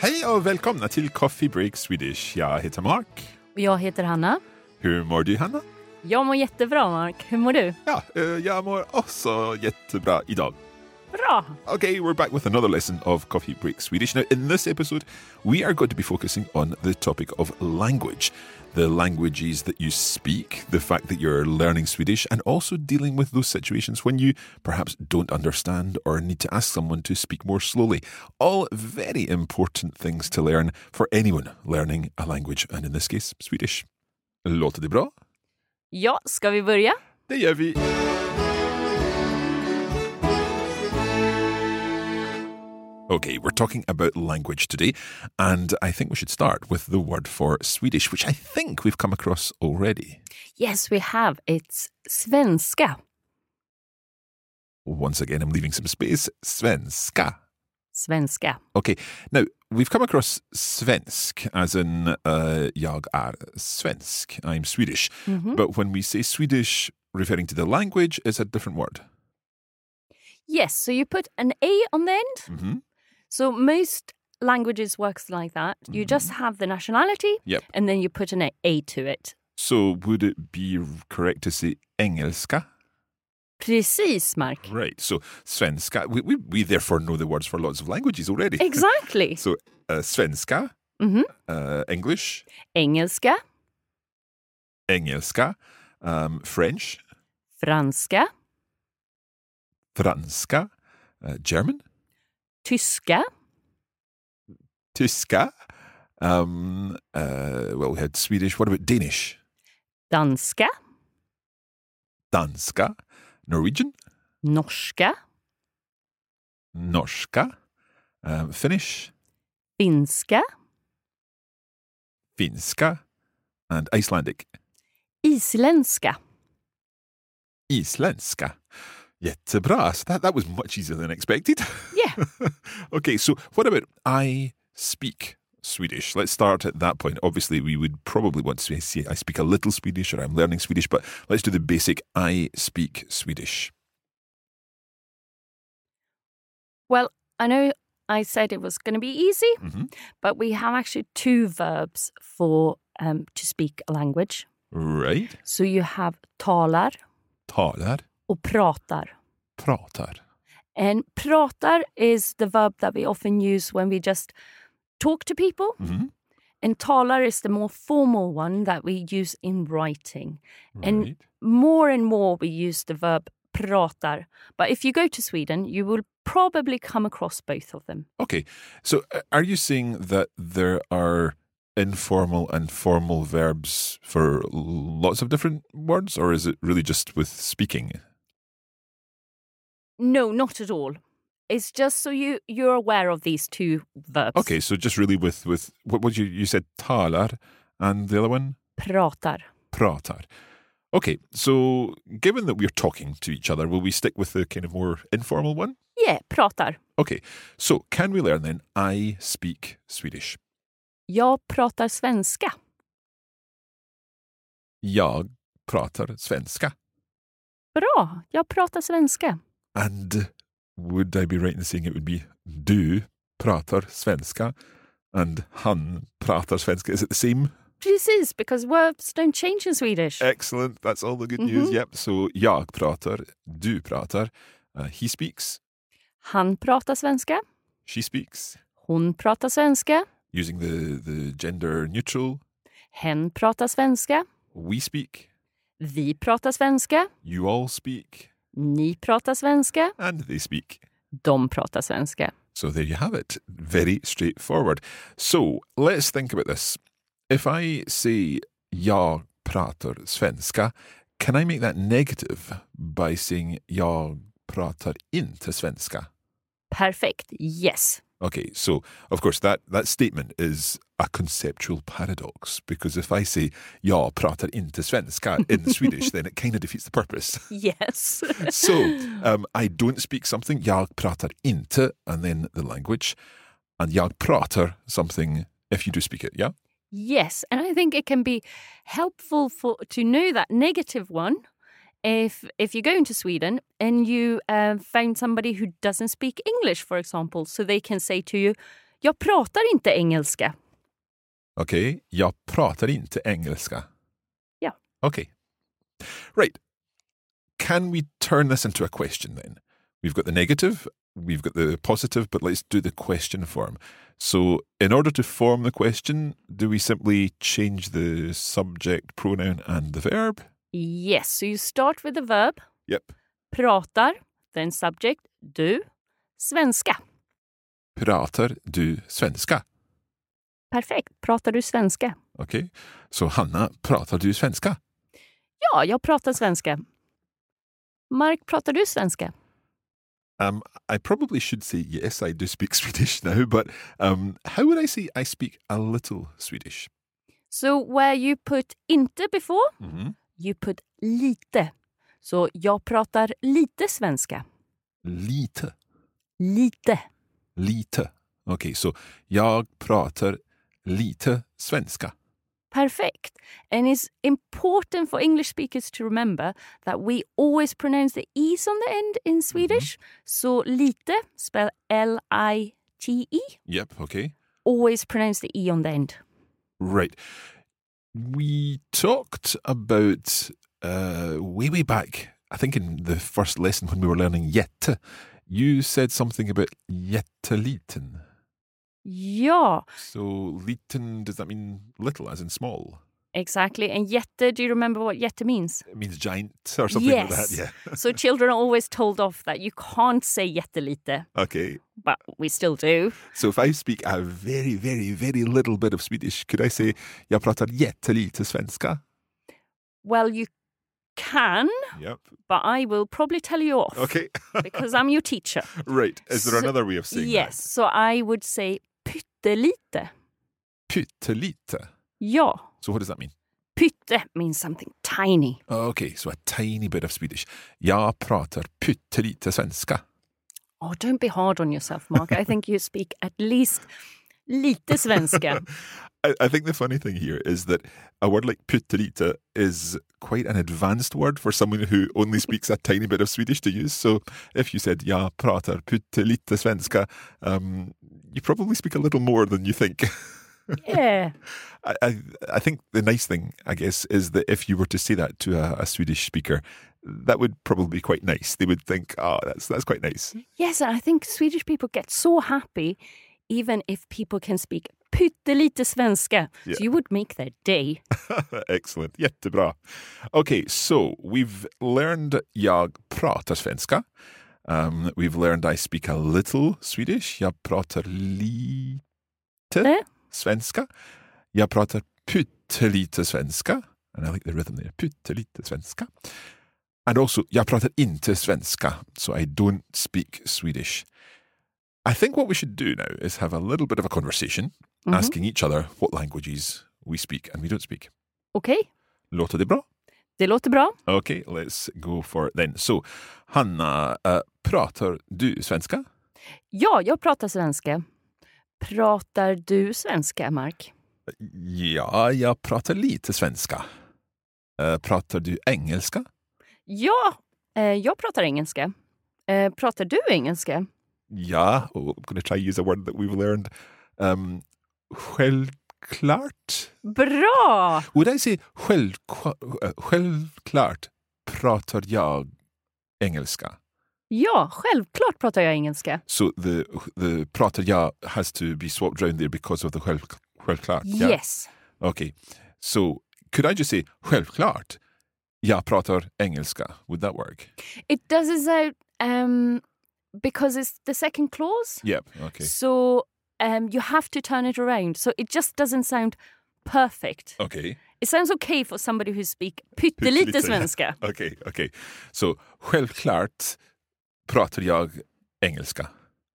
Hej och välkomna till Coffee Break Swedish. Jag heter Mark. Och jag heter Hanna. Hur mår du, Hanna? Jag mår jättebra, Mark. Hur mår du? Ja, eh, jag mår också jättebra idag. Bra! Okay, we're back with another lesson of Coffee Break Swedish. Now, in this episode, we are going to be focusing on the topic of language, the languages that you speak, the fact that you're learning Swedish, and also dealing with those situations when you perhaps don't understand or need to ask someone to speak more slowly. All very important things to learn for anyone learning a language, and in this case, Swedish. Låter det bra? Ja, ska vi börja? Det gör vi. Okay, we're talking about language today, and I think we should start with the word for Swedish, which I think we've come across already. Yes, we have. It's svenska. Once again, I'm leaving some space. Svenska. Svenska. Okay, now we've come across svensk as in uh, jag är svensk. I'm Swedish. But when we say Swedish, referring to the language, it's a different word. Yes, so you put an A on the end. Mhm. So most languages works like that. You just have the nationality Yep. and then you put an A to it. So would it be correct to say engelska? Precis, Mark. Right. So svenska, we, we, we therefore know the words for lots of languages already. Exactly. So uh, svenska, Mhm. uh, English, Engelska, engelska, um, French, franska, franska, uh, German, tyska, tyska. Um, uh, well, we had Swedish. What about Danish? danska, Danska, Norwegian, norska, norska, um, Finnish, finska, finska, and Icelandic. isländska. Isländska. Jättebra. So that, that was much easier than expected. Yeah. okay, so what about I speak Swedish? Let's start at that point. Obviously, we would probably want to say I speak a little Swedish or I'm learning Swedish, but let's do the basic I speak Swedish. Well, I know I said it was going to be easy, Mhm. but we have actually two verbs for um, to speak a language. Right. So you have talar Talar, och pratar. pratar. And pratar is the verb that we often use when we just talk to people. Mhm. And talar is the more formal one that we use in writing. And Right. more and more we use the verb pratar. But if you go to Sweden, you will probably come across both of them. Okay, so uh, are you saying that there are informal and formal verbs for lots of different words, or is it really just with speaking? No, not at all. It's just so you you're aware of these two verbs. Okay, so just really with with what was you you said talar and the other one Pratar. pratar. Okay, so given that we're talking to each other, will we stick with the kind of more informal one? Yeah, pratar. Okay, so can we learn then? I speak Swedish. Jag pratar svenska. Jag pratar svenska. Bra, jag pratar svenska. And would I be right in saying it would be du pratar svenska and han pratar svenska? Is it the same? Precis, because words don't change in Swedish. Eh. Excellent. That's all the good news. Mhm. Yep. So jag pratar, du pratar, uh, he speaks, Han pratar svenska. she speaks, Hon pratar svenska. using the, the gender neutral, Hen pratar svenska. we speak, Vi pratar svenska. you all speak, Ni pratar svenska. and they speak. De pratar svenska. So there you have it. Very straightforward. So let's think about this. If I say jag pratar svenska, can I make that negative by saying jag pratar inte svenska? Perfect. Yes. Okay, so of course that, that statement is a conceptual paradox because if I say jag pratar inte svenska in Swedish, then it kind of defeats the purpose. Yes. So um, I don't speak something, jag pratar inte, and then the language, and jag pratar something if you do speak it, yeah? Yes, and I think it can be helpful for to know that negative one if if you're going to Sweden and you uh, found somebody who doesn't speak English, for example, so they can say to you, "Jag pratar inte engelska." Okay, jag pratar inte engelska. Yeah. Okay. Right. Can we turn this into a question then? We've got the negative, we've got the positive, but let's do the question form. So, in order to form the question, do we simply change the subject, pronoun, and the verb? Yes, so you start with the verb Yep. pratar, then subject du, svenska. Pratar du svenska? Perfekt. Pratar du svenska? Okay. So, Hanna, pratar du svenska? Ja, jag pratar svenska. Mark, pratar du svenska? Um, I probably should say yes, I do speak Swedish now, but um, how would I say I speak a little Swedish? So where you put inte before Mm-hmm. you put lite. Så jag pratar lite svenska. Lite, Lite. lite. Okay, so jag pratar lite svenska. Perfect. And it's important for English speakers to remember that we always pronounce the E's on the end in Swedish. So lite, spell L-I-T-E, Yep, okay. E, always pronounce the E on the end. Right. We talked about uh, way, way back, I think in the first lesson when we were learning jätte, you said something about jätteliten. Ja, So, liten, does that mean little, as in small? exactly. And jätte, do you remember what jätte means? It means giant or something like Yes. that. Yeah. so children are always told off that you can't say jättelite, Okay. but we still do. So if I speak a very, very, very little bit of Swedish, could I say jag pratar jättelite svenska? Well, you can, Yep. but I will probably tell you off Okay. because I'm your teacher. right. Is there So- another way of saying yes, so I would say pyttelite. that? Pyttelite. Ja, So what does that mean? pytte means something tiny. Okay, so a tiny bit of Swedish. Jag pratar pyttelite svenska. Oh, don't be hard on yourself, Mark. I think you speak at least lite svenska. I, I think the funny thing here is that a word like pyttelite is quite an advanced word for someone who only speaks a tiny bit of Swedish to use. So if you said jag pratar pyttelite svenska, um, you probably speak a little more than you think. yeah. I, I, I think the nice thing, I guess, is that if you were to say that to a, a Swedish speaker, that would probably be quite nice. They would think, "Ah, that's that's quite nice." Yes, and I think Swedish people get so happy even if people can speak pyttelite svenska. Yeah. So you would make their day. Excellent. Jättebra. Okay, so we've learned jag pratar svenska. Um, we've learned I speak a little Swedish. Jag pratar lite Eh? svenska. Jag pratar pyttelite svenska. And I like the rhythm there. Pyttelite svenska. And also, jag pratar inte svenska. So I don't speak Swedish. I think what we should do now is have a little bit of a conversation, Mhm. asking each other what languages we speak and we don't speak. Okej, Låter det bra? det låter bra. Okay, let's go for it then. So, Hanna, eh, pratar du svenska? Ja, jag pratar svenska. Pratar du svenska, Mark? Ja, jag pratar lite svenska. Eh, pratar du engelska? Ja, eh, jag pratar engelska. Eh, pratar du engelska? Ja, oh, I'm going to try to use a word that we've learned. Um, självklart? Bra! Would I say självkla- eh, självklart pratar jag engelska? Ja, självklart pratar jag engelska. So the the pratar jag has to be swapped around there because of the själv, självklart. yeah? Yes. Okay. So could I just say självklart? Jag pratar engelska. Would that work? It doesn't sound um, because it's the second clause. Yep. Okay. So um, you have to turn it around. So it just doesn't sound perfect. Okay. It sounds okay for somebody who speak pyttelite Pyttelite. svenska. Okej, okej. Så självklart pratar jag engelska.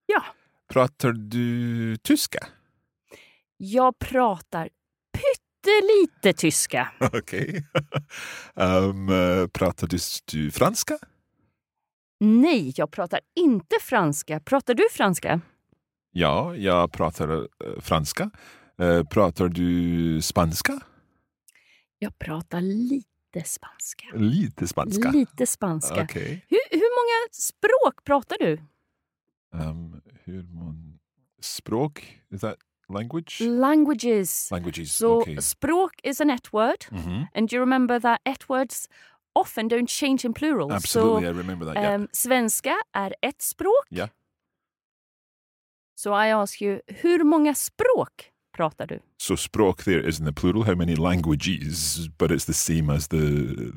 Ja. Pratar du tyska? Jag pratar pyttelite tyska. Okej. Ehm, eh, pratar du, du franska? Nej, jag pratar inte franska. Pratar du franska? Ja, jag pratar eh, franska. Eh, pratar du spanska? Jag pratar lite spanska. Lite spanska. Lite spanska. Okej. Hur, hur många språk pratar du? Ehm, hur många språk? Is that language? Languages. Languages, So okej. språk is an et word. Mhm. And do you remember that et words often don't change in plural? Absolutely, So, I remember that. yeah. um, svenska är ett språk. Yeah. So I ask you, hur många språk pratar du? So språk there is in the plural. How many languages? But it's the same as the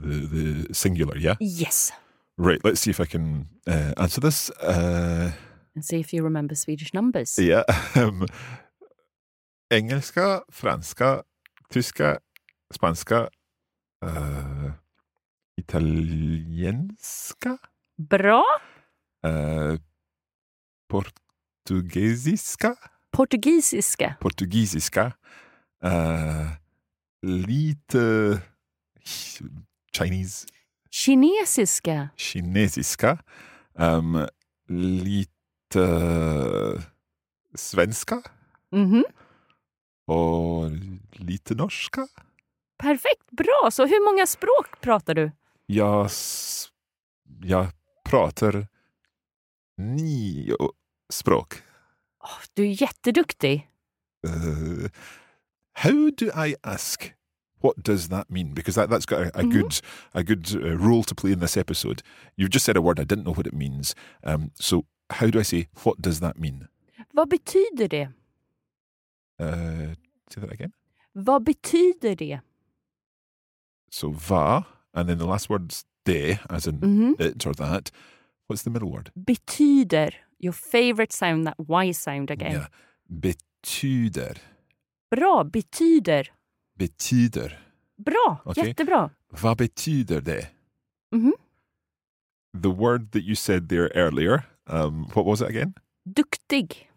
the, the singular. Yeah. Yes. Right. Let's see if I can uh, answer this. Uh, And see if you remember Swedish numbers. yeah. Um, engelska, franska, tyska, spanska, uh, italienska, Bra. uh, portugisiska, Portugisiska. portugisiska, uh, lite Chinese. Kinesiska. kinesiska, ehm, lite svenska Mhm. och lite norska. Perfekt. Bra. Så hur många språk pratar du? Jag, s- jag pratar nio språk. Åh, du är jätteduktig. Eh, how do I ask? What does that mean? Because that, that's got a, a good a good uh, role to play in this episode. You've just said a word I didn't know what it means. Um, so how do I say what does that mean? Vad betyder det? Uh, say that again. Vad betyder det? So va, and then the last word's de, as in Mhm. it or that. What's the middle word? Betyder. Your favorite sound, that Y sound again. Yeah. Betyder. Bra. Betyder. Betyder. Bra. Okej. Jättebra. Vad betyder det? Mhm. The word that you said there earlier, um, what was it again? Duktig.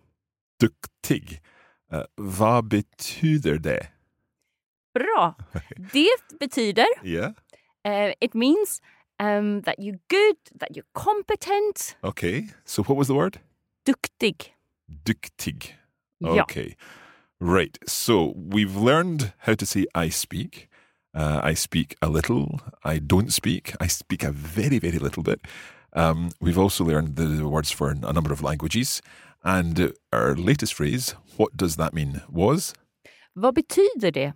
Duktig. Uh, vad betyder det? Bra. Det betyder Yeah. Uh, it means um, that you're good, that you're competent, Okay. So what was the word? duktig. Duktig. Ja. Okay. Right. So we've learned how to say I speak. Uh, I speak a little. I don't speak. I speak a very, very little bit. Um, we've also learned the words for a number of languages. And uh, our latest phrase, what does that mean, was Vad betyder det?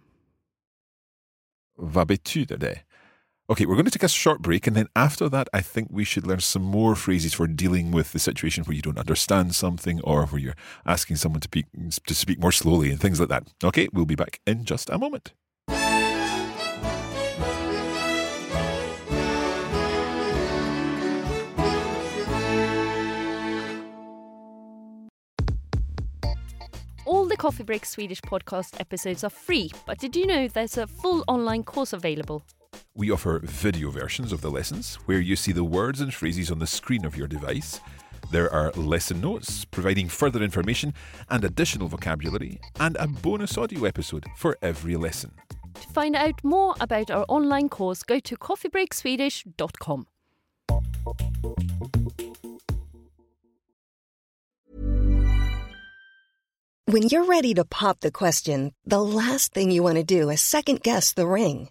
vad betyder det? Okay, we're going to take a short break, and then after that, I think we should learn some more phrases for dealing with the situation where you don't understand something or where you're asking someone to, be, to speak more slowly and things like that. Okay, we'll be back in just a moment. All the Coffee Break Swedish podcast episodes are free, but did you know there's a full online course available? We offer video versions of the lessons where you see the words and phrases on the screen of your device. There are lesson notes providing further information and additional vocabulary, and a bonus audio episode for every lesson. To find out more about our online course, go to coffeebreakswedish.com. When you're ready to pop the question, the last thing you want to do is second guess the ring.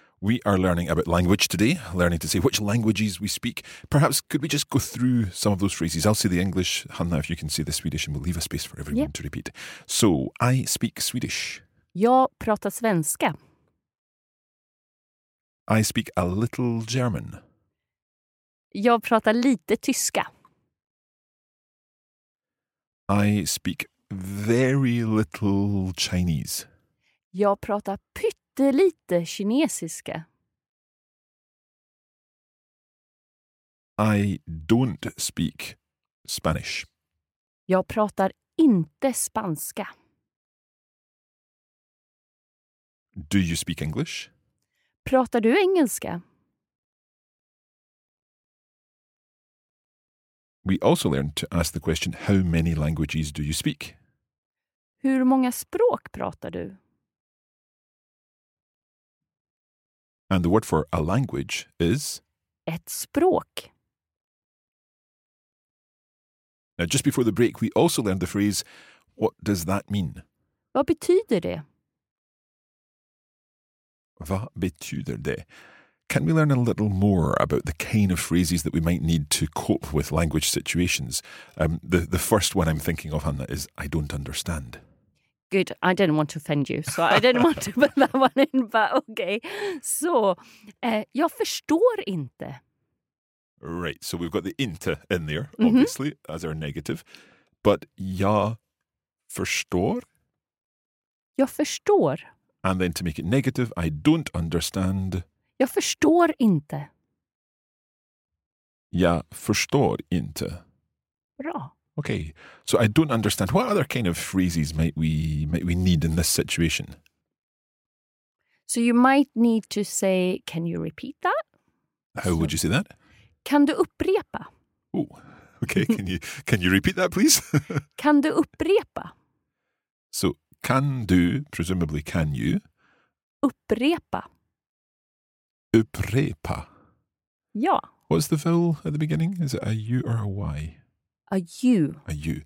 We are learning about language today, learning to say which languages we speak. Perhaps could we just go through some of those phrases? I'll say the English, Hanna, if you can say the Swedish, and we'll leave a space for everyone Yep. to repeat. So, I speak Swedish. Jag pratar svenska. I speak a little German. Jag pratar lite tyska. I speak very little Chinese. Jag pratar pyttelite kinesiska. I don't speak Spanish. Jag pratar inte spanska. Do you speak English? Pratar du engelska? We also learned to ask the question, How many languages do you speak? Hur många språk pratar du? And the word for a language is Ett språk. Now, just before the break, we also learned the phrase, What does that mean? Vad betyder det? Vad betyder det? Can we learn a little more about the kind of phrases that we might need to cope with language situations? Um, the, the first one I'm thinking of, Hannah, is I don't understand. Good, I didn't want to offend you, so I didn't want to put that one in, but okay. Så, eh, jag förstår inte. Right, so we've got the inte in there, Mhm. obviously, as our negative. But ja förstår, Jag förstår. and then to make it negative, I don't understand, Jag förstår inte. jag förstår inte. Bra. Okay, so I don't understand. What other kind of phrases might we might we need in this situation? So you might need to say, can you repeat that? How would you say that? Kan du upprepa? Oh, okay. Can you can you repeat that, please? Kan du upprepa? so can do presumably can you Upprepa. upprepa? Ja. What's the vowel at the beginning? Is it a u or a y? A you. A u.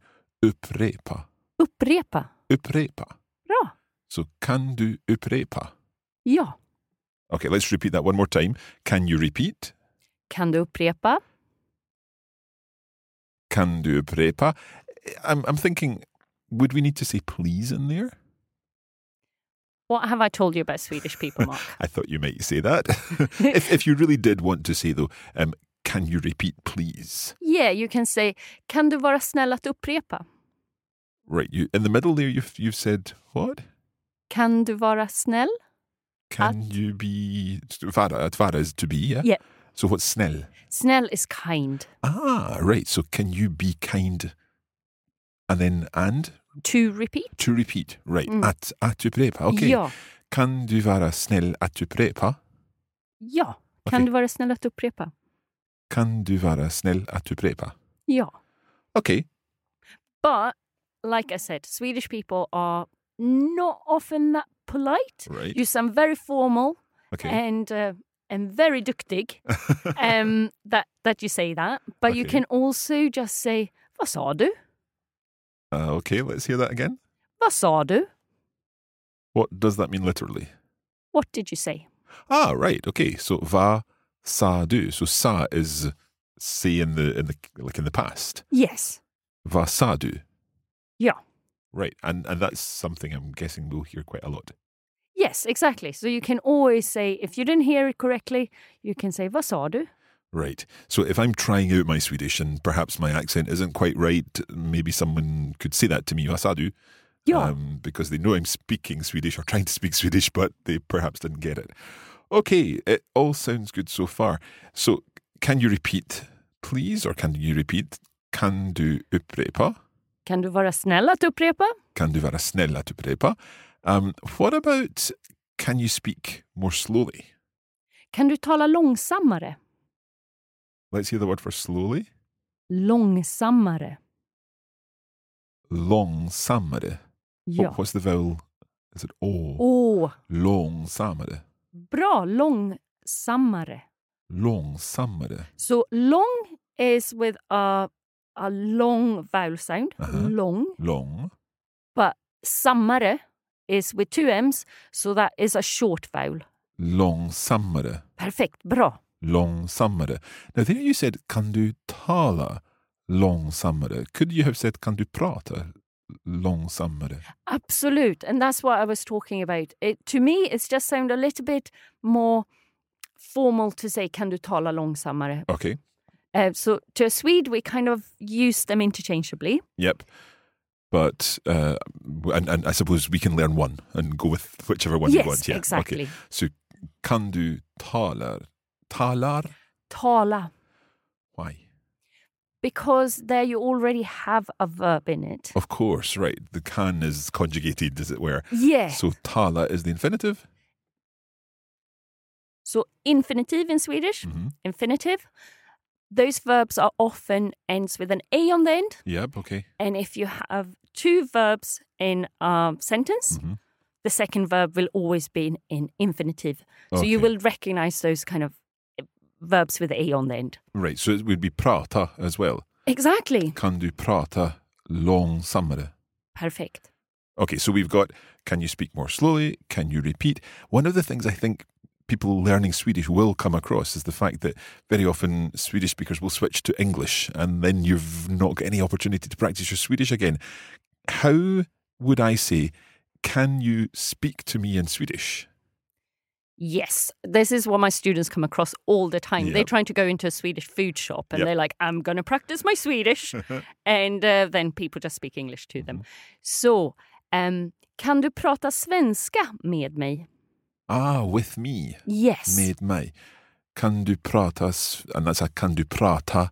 Upprepa. Upprepa. Upprepa. Bra. So can do upprepa. Ja. Okay, let's repeat that one more time. Can you repeat? Kan du upprepa? Can do upprepa. I'm I'm thinking. Would we need to say please in there? What have I told you about Swedish people, Mark? I thought you might say that. if, if you really did want to say, though, um, can you repeat, please? yeah, you can say, kan du vara snäll att upprepa? Right, you in the middle there. You've you've said what? Kan du vara snäll? Can you be Vara? Vara is to be, yeah. Yeah. So what's snell? Snäll is kind. Ah, right. So can you be kind? And then and To repeat? to repeat, right? Mm. At at upprepa. Okay. Ja. Kan du vara snäll att upprepa? Ja. Kan Okej. du vara snäll att upprepa? Kan du vara snäll att upprepa? Ja. Okay. But like I said, Swedish people are not often that polite. Right. You sound very formal Okay. and uh, and very duktig um, that that you say that. But you Okay. can also just say "Vad sa du? Uh, okay. Let's hear that again. Vad sa du? What does that mean literally? What did you say?" Ah, right. Okay. So va sa du. So sa is say in the in the like in the past. Yes. Va sa du. Yeah. Right. And and that's something I'm guessing we'll hear quite a lot. Yes, exactly. So you can always say if you didn't hear it correctly, you can say "Vad sa du?" Right. So if I'm trying out my Swedish and perhaps my accent isn't quite right, maybe someone could say that to me, va sa du? Ja. Um, because they know I'm speaking Swedish or trying to speak Swedish, but they perhaps didn't get it. Okay, it all sounds good so far. So Can you repeat, please? Or can you repeat? Kan du upprepa? Kan du vara snäll att upprepa? Kan du vara snäll att upprepa? Um, what about can you speak more slowly? Kan du tala långsammare? Let's hear the word for slowly. Långsammare. Långsammare. What- Ja. What's the vowel? Is it å? Åh, Långsammare. bra. Långsammare. Långsammare. So long is with a a long vowel sound, Uh-huh. long, Lång. but sammare is with two m's, so that is a short vowel. Långsammare. Perfect, bra. Långsammare. Now there you said kan du tala långsammare. Could you have said kan du prata långsammare? Absolute, and that's what I was talking about. It to me, it's just sound a little bit more formal to say "Can du tala långsammare?" Okay. Uh, so to a Swede, we kind of use them interchangeably. Yep. But uh, and, and I suppose we can learn one and go with whichever one yes, we want. Yeah. exactly. Okay. So kan du tala? Talar? Tala, Why? because there you already have a verb in it. Of course, right. The can is conjugated, as it were. Yeah. Oh, So tala is the infinitive. So infinitive in Swedish, Mhm. infinitive. Those verbs are often ends with an a on the end, Yep. Okay. and if you have two verbs in a sentence, Mhm. the second verb will always be in, in infinitive. So you Okay. will recognize those kind of eh, verbs with a E on the end. Right. So it would be prata as well. Exactly. Kan du prata långsammare? Perfect. Okay, so we've got can you speak more slowly? Can you repeat? One of the things I think people learning Swedish will come across is the fact that very often Swedish speakers will switch to English and then you've not got any opportunity to practice your Swedish again. How would I say, can you speak to me in Swedish? Yes, this is what my students come across all the time. They're Yep. trying to go into a Swedish food shop and Yep. they're like, I'm going to practice my Swedish. and uh, then people just speak English to them. Mm-hmm. So, um, kan du prata svenska med mig? Ah, with me, Yes. med mig. Kan du prata, s- and that's a kan du prata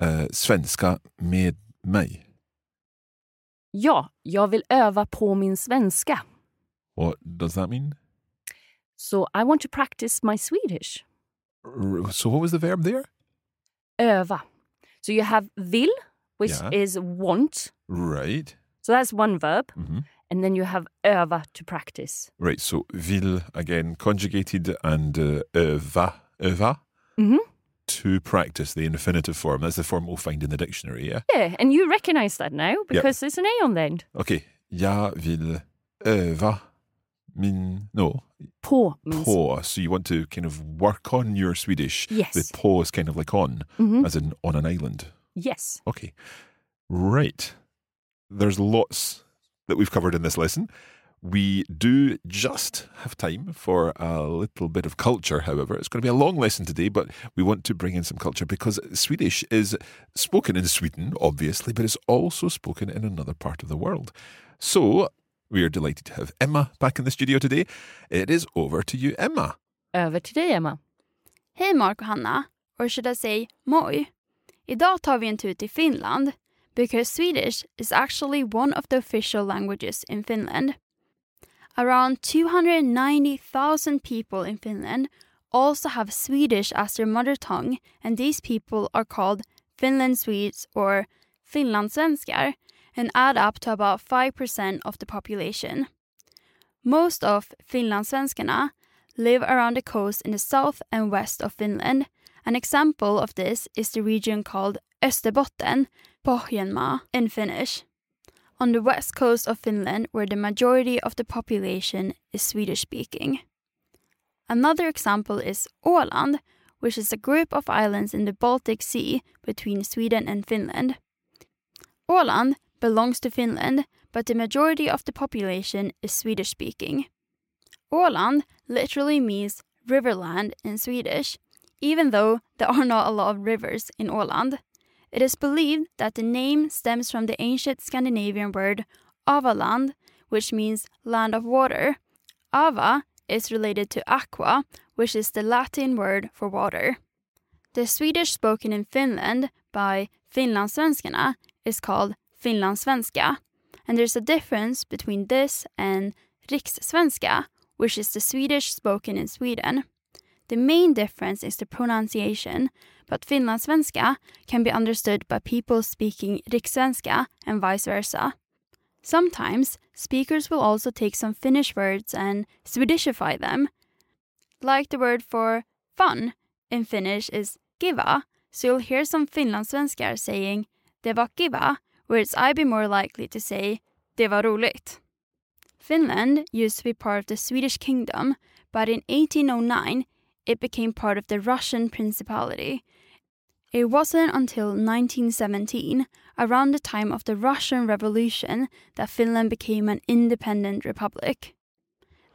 eh, svenska med mig? Ja, jag vill öva på min svenska. What does that mean? So I want to practice my Swedish. R- So what was the verb there? Öva. So you have vill, which Yeah. is want. Right. So that's one verb. Mhm. And then you have öva to practice. Right. So vil again conjugated and uh, öva öva Mhm. to practice the infinitive form. That's the form we'll find in the dictionary. Yeah. Yeah, and you recognize that now because there's an A on the end. Okay. Jag vill öva min no På means på. So you want to kind of work on your Swedish. Yes. The på is kind of like on, Mhm. as in on an island. yes. Okay. Right. There's lots that we've covered in this lesson. We do just have time for a little bit of culture, however. It's going to be a long lesson today, but we want to bring in some culture because Swedish is spoken in Sweden, obviously, but it's also spoken in another part of the world. So we are delighted to have Emma back in the studio today. It is over to you, Emma. Över till dig, Emma. Hej Mark och Hanna, or should I say moi. Idag tar vi en tur till Finland, because Swedish is actually one of the official languages in Finland. Around 290,000 people in Finland also have Swedish as their mother tongue, and these people are called Finland Swedes or Finlandssvenskar and add up to about 5% of the population. Most of Finlandssvenskarna live around the coast in the south and west of Finland. An example of this is the region called Österbotten, Pohjanmaa in Finnish. On the west coast of Finland, where the majority of the population is Swedish speaking. Another example is Åland, which is a group of islands in the Baltic Sea between Sweden and Finland. Åland belongs to Finland, but the majority of the population is Swedish speaking. Åland literally means riverland in Swedish, even though there are not a lot of rivers in Åland. It is believed that the name stems from the ancient Scandinavian word avaland, which means land of water. Ava is related to aqua, which is the Latin word for water. The Swedish spoken in Finland by finlandssvenskarna is called finlandssvenska, and there's a difference between this and rikssvenska, which is the Swedish spoken in Sweden. The main difference is the pronunciation, but finlandssvenska can be understood by people speaking rikssvenska and vice versa. Sometimes, speakers will also take some Finnish words and Swedishify them. Like the word for fun in Finnish is kiva, so you'll hear some finlandssvenskar saying det var kiva, whereas I'd be more likely to say det var roligt. Finland used to be part of the Swedish kingdom, but in 1809 it became part of the Russian Principality. It wasn't until 1917, around the time of the Russian Revolution, that Finland became an independent republic.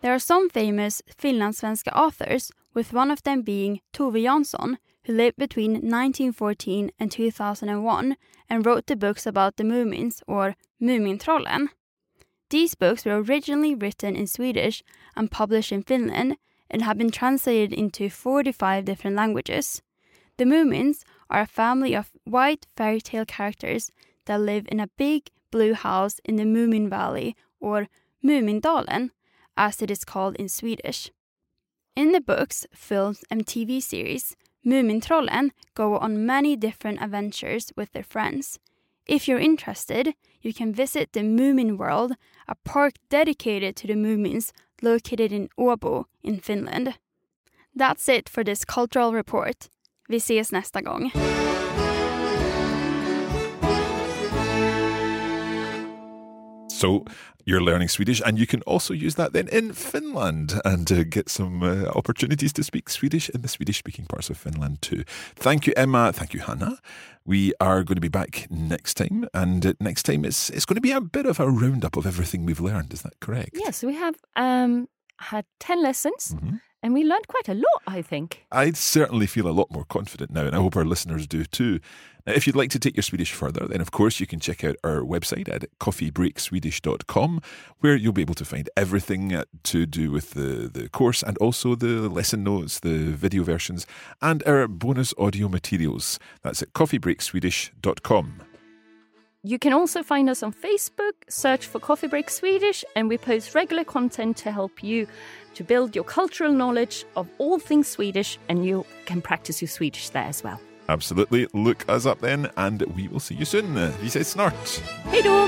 There are some famous Finlandssvenska authors, with one of them being Tove Jansson, who lived between 1914 and 2001 and wrote the books about the Moomins, or Mumintrollen. These books were originally written in Swedish and published in Finland and have been translated into 45 different languages. The Moomins are a family of white fairy tale characters that live in a big blue house in the Moomin Valley, or Moomindalen, as it is called in Swedish. In the books, films, and TV series, Moomintrollen go on many different adventures with their friends. If you're interested, you can visit the Moomin World, a park dedicated to the Moomins located in Åbo in Finland. That's it for this cultural report. Vi ses nästa gång. So you're learning Swedish, and you can also use that then in Finland and uh, get some uh, opportunities to speak Swedish in the Swedish speaking parts of Finland too. Thank you, Emma. Thank you, Hannah. We are going to be back next time, and uh, next time it's, it's going to be a bit of a roundup of everything we've learned. Is that correct? Yes, we have um, had 10 lessons Mm-hmm. and we learned quite a lot, I think. I certainly feel a lot more confident now, and I hope our listeners do too. Now, if you'd like to take your Swedish further, then of course you can check out our website at coffeebreakswedish.com, where you'll be able to find everything uh, to do with the, the course and also the lesson notes, the video versions, and our bonus audio materials. That's at coffeebreakswedish.com. You can also find us on Facebook, search for Coffee Break Swedish, and we post regular content to help you to build your cultural knowledge of all things Swedish, and you can practice your Swedish there as well. Absolutely. Look us up then, and we will see you soon. Vi ses snart. Hey, då!